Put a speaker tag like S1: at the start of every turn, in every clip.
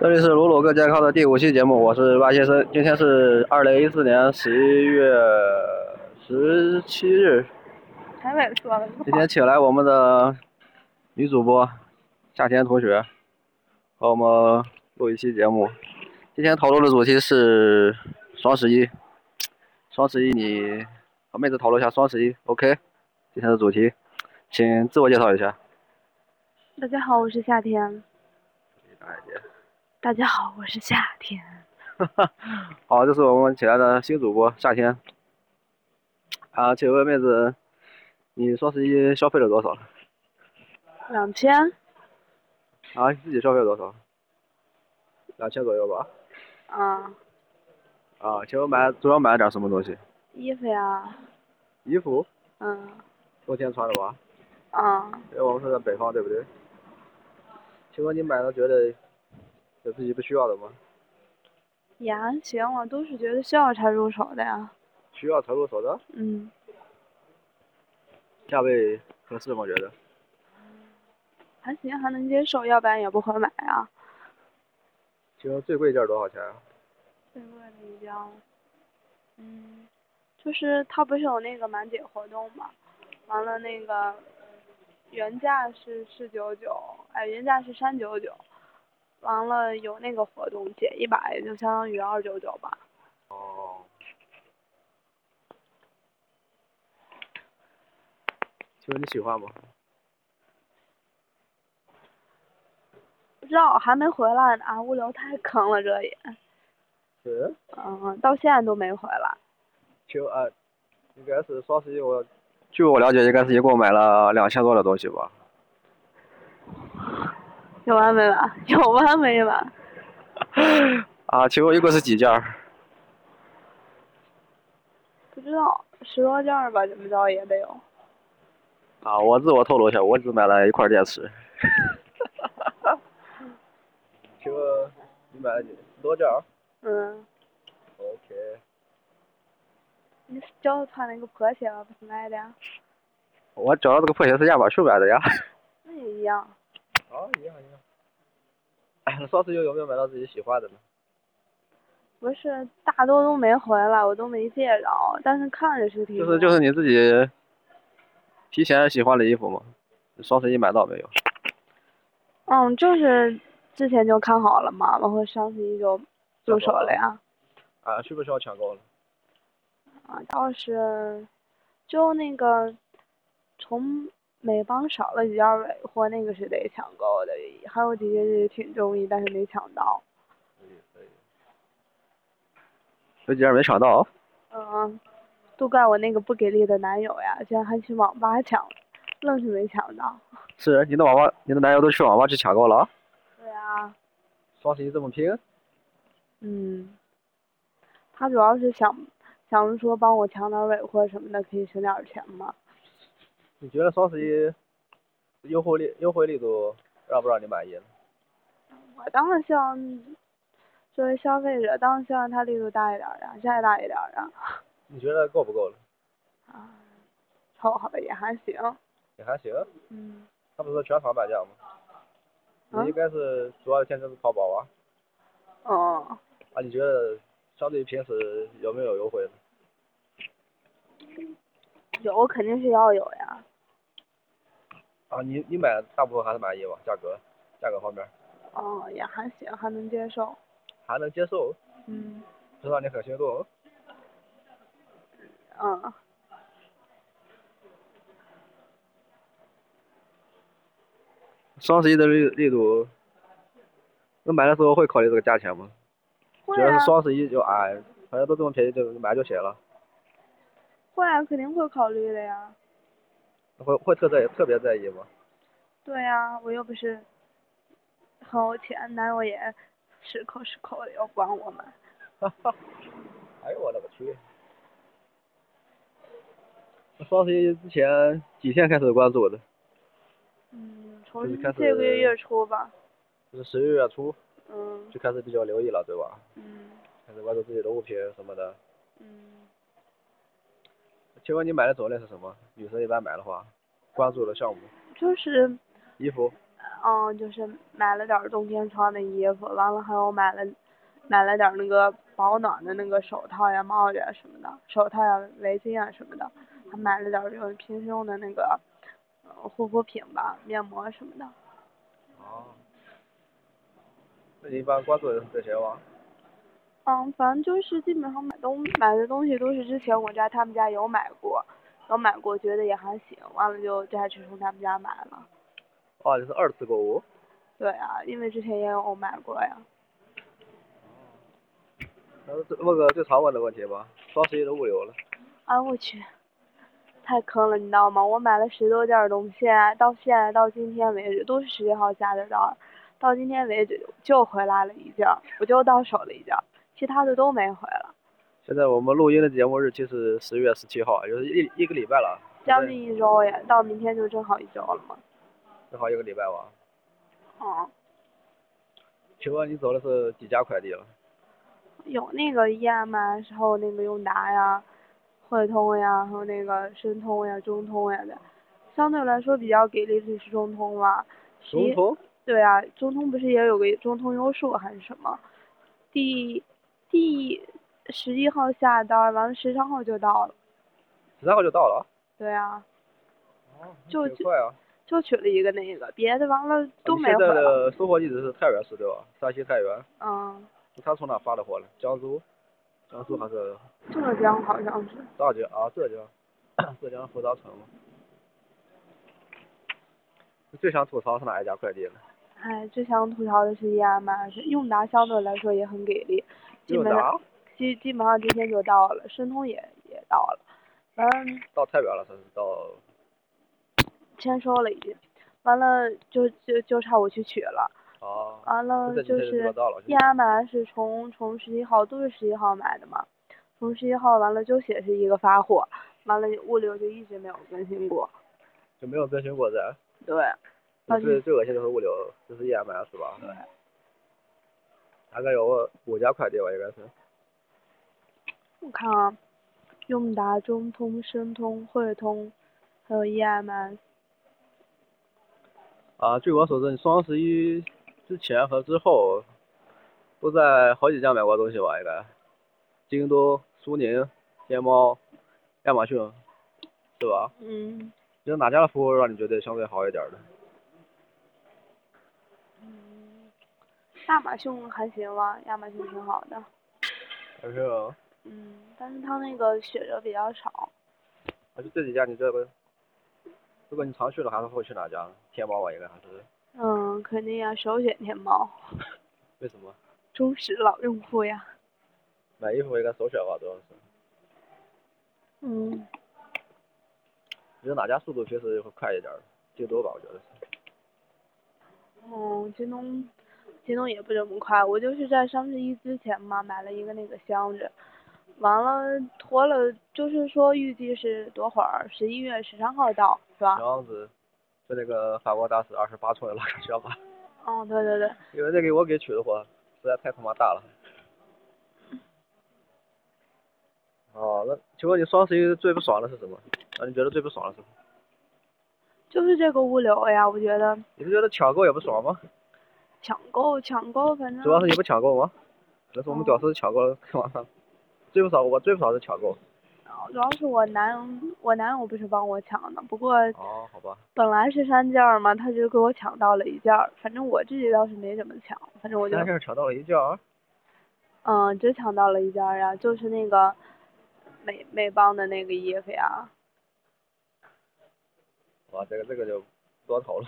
S1: 这里是卢鲁各健康的第五期节目，我是蛙先生。今天是二零一四年十一月十七日，
S2: 还没说了，
S1: 今天请来我们的女主播夏天同学，和我们录一期节目。今天讨论的主题是双十一，双十一你和妹子讨论一下双十一，OK？今天的主题，请自我介绍一下。
S2: 大家好，我是夏天。
S1: 大姐。
S2: 大家好，我是夏天。
S1: 好，这是我们请来的新主播夏天。啊，请问妹子，你双十一消费了多少？
S2: 嗯两千
S1: 啊，你自己消费了多少？两千左右吧。
S2: 啊，
S1: 啊，请问买主要买了点什么东西？
S2: 衣服呀，
S1: 衣服，
S2: 嗯，
S1: 冬天穿的吧？
S2: 啊，
S1: 因为我们是在北方，对不对？请问你买了觉得有自己不需要的吗？
S2: 也还行，我都是觉得需要才入手的呀。
S1: 需要才入手的，
S2: 嗯，
S1: 价位合适吗？觉得？
S2: 还行，还能接受，要不然也不会买啊。
S1: 请问最贵一件多少钱啊？
S2: 最贵的一件，嗯，就是它不是有那个满减活动嘛，完了那个原价是四九九，哎，原价是三九九，完了有那个活动减一百，就相当于二九九吧。
S1: 哦。请问你喜欢吗？
S2: 不知道，还没回来呢，啊，物流太坑了，这也，
S1: 是。
S2: 嗯，到现在都没回来。
S1: 就啊，应该是双十一我。据我了解，应该是一共买了两千多的东西吧。
S2: 有完没完？ 有完没完？
S1: 啊，请问一共是几件儿？
S2: 不知道，十多件儿吧，怎么着也得有。
S1: 啊，我自我透露一下，我只买了一块电 池。请问你买了几多件
S2: 嗯，
S1: ？OK。
S2: 你脚上穿那个破鞋吧，不是买的呀？
S1: 我找到这个破鞋是亚马逊买的呀。
S2: 那也一样。
S1: 啊，一样一样。哎，双十一有没有买到自己喜欢的呢？
S2: 不是，大多都没回来，我都没借着，但是看着是挺
S1: 就
S2: 多。
S1: 是就是你自己提前喜欢的衣服吗？双十一买到没有？
S2: 嗯，就是之前就看好了嘛，然后双十一就入手了呀。
S1: 啊，需不需要抢购了？
S2: 啊，倒是，就那个从美邦少了几件儿尾货，那个是得抢购的，还有几件也挺中意，但是没抢到。
S1: 有几件没抢到，啊
S2: 嗯，都怪我那个不给力的男友呀，竟然还去网吧抢，愣是没抢到。
S1: 是你的网吧，你的男友都去网吧去抢购了啊？
S2: 对啊，
S1: 双十一这么拼？
S2: 嗯，他主要是想想着说帮我抢点儿尾货什么的，可以省点儿钱嘛。
S1: 你觉得双十一优惠力优惠力度让不让你满意呢？
S2: 我当然希望，作为消费者，当然希望它力度大一点儿呀，再大一点儿啊呀。
S1: 你觉得够不够了？
S2: 啊，凑合吧，也还行。
S1: 也还行。
S2: 嗯，
S1: 他不是全场半价吗？
S2: 啊
S1: 你应该是主要的竞争是淘宝吧？
S2: 哦，
S1: 啊，你觉得相对于平时有没有优惠呢？
S2: 有肯定是要有呀。
S1: 啊，你你买大部分还是满意吧？价格价格方面
S2: 哦，也还行，还能接受。
S1: 还能接受，
S2: 嗯，
S1: 不让你很心动。
S2: 嗯，
S1: 双十一的力力度，那买的时候会考虑这个价钱吗？
S2: 会
S1: 主要
S2: 啊
S1: 是，双十一就哎，反正都这么便宜，就买就行了。
S2: 会啊，肯定会考虑的呀。
S1: 会会特在特别在意吗？
S2: 对呀、我又不是很有钱，男友也十口十口的要管我们。
S1: 哈哈，哎呦我勒个去！双十一之前几天开始关注的？
S2: 嗯，从
S1: 就是开始
S2: 这个月月初吧。
S1: 就是十一月初
S2: 嗯
S1: 就开始比较留意了，对吧？
S2: 嗯
S1: 开始关注自己的物品什么的。
S2: 嗯，
S1: 请问你买的种类是什么？女生一般买的话，关注的项目，
S2: 就是
S1: 衣服、
S2: 嗯，就是买了点儿冬天穿的衣服，完了还有买了买了点儿那个保暖的那个手套呀、帽子呀什么的，手套呀、围巾呀什么的，还买了点儿就是平时用的那个呃护肤品吧、面膜什么的。
S1: 哦。那你一般关注的是谁吗？
S2: 嗯，反正就是基本上买东买的东西都是之前我家他们家有买过，有买过觉得也还行，完了就再去从他们家买了。
S1: 哦，就是二次购物。
S2: 对啊，因为之前也有买过呀。
S1: 那这问个最常问的问题吧，双十一的物流了。
S2: 哎我去，太坑了，你知道吗？我买了十多件儿东西，啊到现在到今天为止都是十一号下的单儿，到今天为止就回来了一件儿，我就到手了一件儿，其他的都没回了，
S1: 现在我们录音的节目日期是十月十七号，也就是一一个礼拜了，
S2: 将近一周耶，到明天就正好一周了嘛。
S1: 正好一个礼拜吧。
S2: 嗯，
S1: 请问你走的是几家快递了？
S2: 有那个 EMS，还有那个用达呀、汇通呀，还有那个申通呀、中通呀的，相对来说比较给力的是中通吧。十一
S1: 中通。
S2: 对啊，中通不是也有个中通优数还是什么？第第十一号下单儿，完了十三号就到了。
S1: 十三号就到了。
S2: 对啊，
S1: 哦，
S2: 就
S1: 挺快啊。
S2: 就取了一个那个，别的完了都
S1: 你
S2: 没
S1: 现
S2: 回
S1: 在
S2: 来。
S1: 的收货地址是太原市对吧？山西太原。
S2: 嗯，
S1: 他从哪发的货呢？江苏？江苏还是
S2: 浙江好像是。
S1: 大江啊？浙江？浙江福达城吗？你最想吐槽是哪一家快递呢？
S2: 哎，最想吐槽的是 EMS，用达相对来说也很给力，基
S1: 永
S2: 本
S1: 达
S2: 上基基本上今天就到了，申通也也到了，完了
S1: 到太原了，他是到
S2: 签收了已经，完了就就就差我去取了，
S1: 啊，
S2: 完了
S1: 这
S2: 呃就
S1: 几天
S2: 是
S1: 就到了。
S2: 一安买是从从十一号都是十一号买的嘛，从十一号完了就显示一个发货，完了物流就一直没有更新过。
S1: 就没有更新过站。
S2: 哦对，到
S1: 这最
S2: 底
S1: 最恶心的是物流，就是 EMS 吧？对。大概有五家快递吧，应该是。
S2: 我看啊，用达、中通、申通、汇通，还有 E EMS，
S1: 啊，据我所知，你双十一之前和之后都在好几家买过东西吧？应该，京东、苏宁、天猫、亚马逊，是吧？
S2: 嗯，
S1: 你觉得哪家的服务让你觉得相对好一点儿的？
S2: 亚马逊还行吧，亚马逊挺好的，
S1: 但是，啊，
S2: 嗯，但是它那个选择比较少，
S1: 就这几家，你这个，如果你常去的，还是会去哪家呢？天猫吧，应该还是。
S2: 嗯，肯定呀，首选天猫，
S1: 为什么？
S2: 忠实老用户呀，
S1: 买衣服应该首选吧，主要是。
S2: 嗯，
S1: 你觉得哪家速度平时会快一点儿的？京东吧，我觉得是。
S2: 嗯，京东，京东也不怎么快。我就是在双十一之前嘛，买了一个那个箱子，完了拖了，就是说预计是多会儿，十一月十三号到，是吧？
S1: 箱子，就那个法国大使二十八寸的那个箱吧。
S2: 嗯，对对对，
S1: 因为那给我给取的货实在太他妈大了。哦，那请问你双十一最不爽的是什么？啊，你觉得最不爽的是什么？
S2: 就是这个物流呀，我觉得
S1: 你不觉得抢购也不爽吗？
S2: 抢购抢购，反
S1: 主要是
S2: 正
S1: 你不抢购吗？可能是我们屌丝抢购了，干嘛 呢？最不爽，我最不爽是抢购。
S2: 主要是我男友，我男友不是帮我抢的，不过
S1: 哦，好吧。
S2: 本来是三件儿嘛，他就给我抢到了一件儿，反正我自己倒是没怎么抢，反正我就
S1: 但是抢到了一件儿，
S2: 嗯，只抢到了一件儿呀，就是那个美美邦的那个衣服呀。
S1: 哇，这个这个就不多讨论。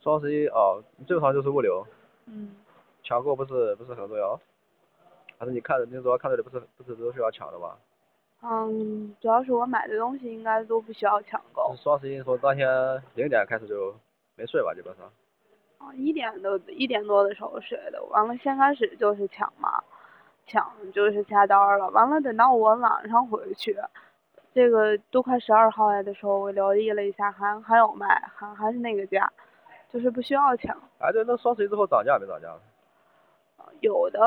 S1: 双十一哦，你最不爽就是物流，
S2: 嗯，
S1: 抢购不是不是很重要，还是你看的你主要看到的不是不是都需要抢的吧？
S2: 嗯，主要是我买的东西应该都不需要抢购，
S1: 双十一从当天零点开始就没睡吧，基本上。嗯
S2: 啊，一点多一点多的时候睡的，完了先开始就是抢嘛，抢就是下单儿了，完了等到我晚上回去，这个都快十二号呀的时候，我留意了一下，还还有卖，还还是那个价，就是不需要抢。
S1: 哎，对，那双十一之后涨价没涨价？
S2: 有的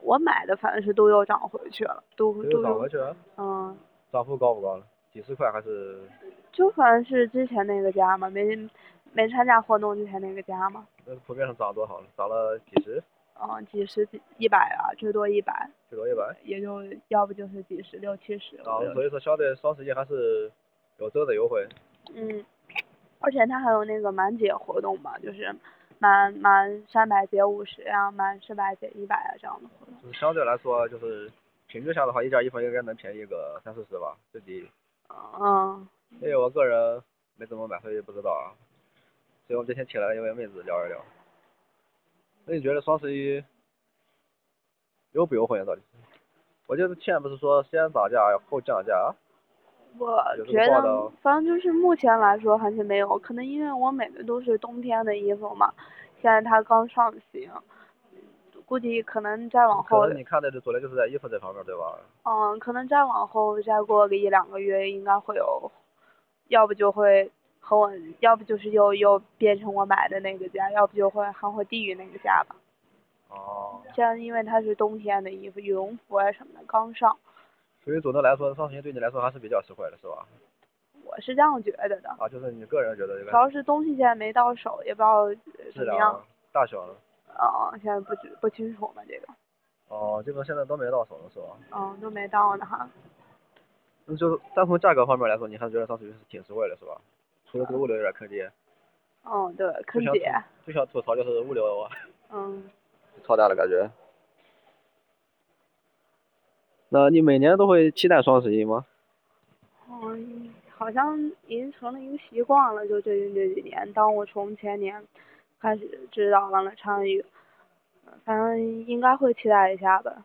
S2: 我买的反正是都又涨回去了，都
S1: 没
S2: 都
S1: 有涨
S2: 有
S1: 回去，
S2: 嗯，
S1: 涨幅高不高呢？几十块还是
S2: 就反正是之前那个价嘛，没没参加活动之前那个价嘛，
S1: 那普遍上涨了多少呢？涨了几十，
S2: 嗯，几十几一百啊，最多一百，
S1: 最多一百。
S2: 也就要不就是几十六七十。
S1: 啊
S2: 五六，
S1: 所以说相对双十一还是有真的优惠。
S2: 嗯，而且它还有那个满减活动嘛，就是满满三百减五十啊，满四百减一百啊这样的活动。
S1: 就是嗯相对来说，就是平均下的话，一件衣服应该能便宜个三四十吧，自己。
S2: 嗯，
S1: 因为我个人没怎么买，所以不知道啊。所以我们今天请来了一位妹子聊一聊。那你觉得双十一优不优惠啊？到底是？我记得之前不是说先涨价后降价？啊
S2: 我
S1: 有这
S2: 觉
S1: 个报
S2: 得
S1: 道啊
S2: 反正就是目前来说还是没有，可能因为我买的都是冬天的衣服嘛，现在它刚上新，估计可能再往后
S1: 可能你看的这主流就是在衣服这方面，对吧？
S2: 嗯，可能再往后再过个一两个月，应该会有，要不就会和我，要不就是又又变成我买的那个价，要不就会还会低于那个价吧。
S1: 哦。
S2: 这样，因为它是冬天的衣服，羽绒服啊什么的刚上，
S1: 所以总的来说，双十一对你来说还是比较实惠的，是吧？
S2: 我是这样觉得的。
S1: 啊，就是你个人觉得这
S2: 主
S1: 个
S2: 要是东西现在没到手，也不知道呃
S1: 质
S2: 怎么样
S1: 量。、大小呢，
S2: 嗯，现在不知不清楚嘛，这个，
S1: 哦，基本上现在都没到手了，是吧？
S2: 嗯，都没到呢哈。
S1: 那就是单从价格方面来说，你还觉得双十一是挺实惠的，是吧？除了这个物流有点坑爹，
S2: 嗯，对，
S1: 就
S2: 坑
S1: 想
S2: 姐，
S1: 就想吐槽就是物流啊，
S2: 嗯，
S1: 超大的感觉。那你每年都会期待双十一吗？
S2: 嗯，好像已经成了一个习惯了。就最近这几年，当我从前年开始知道完了参与，反正应该会期待一下吧。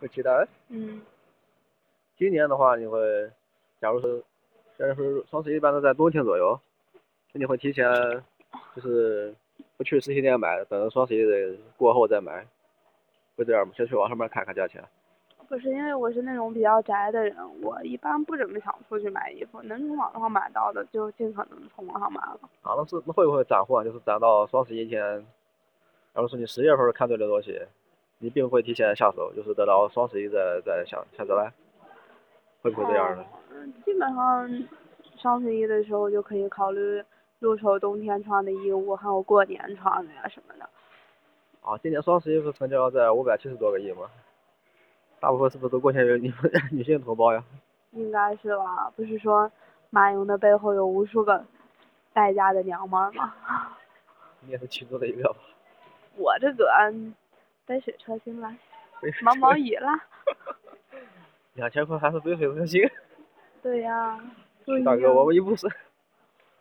S1: 会期待。
S2: 嗯，
S1: 今年的话，你会，假如是，假如说双十一一般都在冬天左右，那你会提前，就是不去实体店买，等到双十一的过后再买，会这样吗？先去网上面看看价钱。
S2: 不是因为我是那种比较宅的人，我一般不怎么想出去买衣服，能从网上买到的就尽可能从网上买了。
S1: 啊，那是那会不会攒货啊？就是攒到双十一前，然后说你十月份儿看对了东西，你并不会提前下手，就是等到双十一再再下下手来，会不会这样呢？
S2: 嗯，基本上双十一的时候就可以考虑入手冬天穿的衣物，还有过年穿的呀什么的。
S1: 啊，今年双十一不是成交在五百七十多个亿吗？大部分是不是都贡献于女 女性同胞呀？
S2: 应该是吧？不是说马云的背后有无数个败家的娘们儿吗？
S1: 你也是其中的一个吧？
S2: 我这个嗯杯水车薪啦，毛毛雨啦，
S1: 两千块还是杯水车薪？
S2: 对呀、不一
S1: 大哥，
S2: 样
S1: 我们一部手，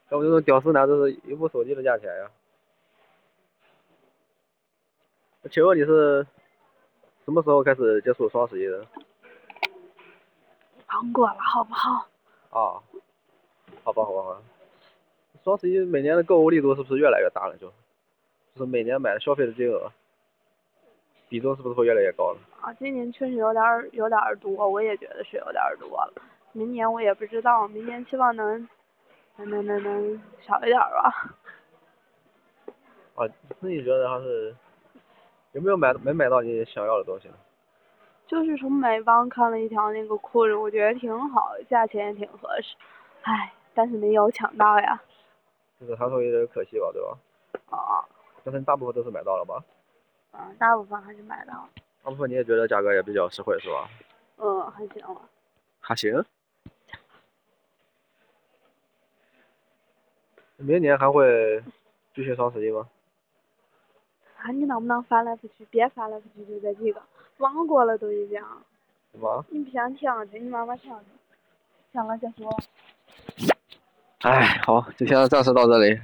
S1: 要不这种屌丝男，这是一部手机的价钱呀。请问你是什么时候开始接触双十一的？
S2: 糖果了，好不好？
S1: 啊，好吧，好吧，好吧。双十一每年的购物力度是不是越来越大了？就，就是每年买的消费的金额比重是不是会越来越高了？
S2: 啊，今年确实有点儿有点儿多，我也觉得是有点儿多了。明年我也不知道，明年希望能能能能能少一点儿吧。
S1: 啊，那你觉得还是有没有买没买到你想要的东西呢？
S2: 就是从美邦看了一条那个裤子，我觉得挺好，价钱也挺合适，唉，但是没有抢到呀。
S1: 就是还是会有点可惜吧，对吧？
S2: 哦，
S1: 但是你大部分都是买到了吧？
S2: 嗯，大部分还是买到了。
S1: 大部分你也觉得价格也比较实惠是吧？
S2: 嗯，还行了。
S1: 还行。明年还会继续双十一吗？
S2: 啊，你能不能翻来覆去？别翻来覆去，就在这个。忘过了都已经。
S1: 什么？
S2: 你不想听听，你慢慢听听。行了，再说。
S1: 哎，好，就先暂时到这里。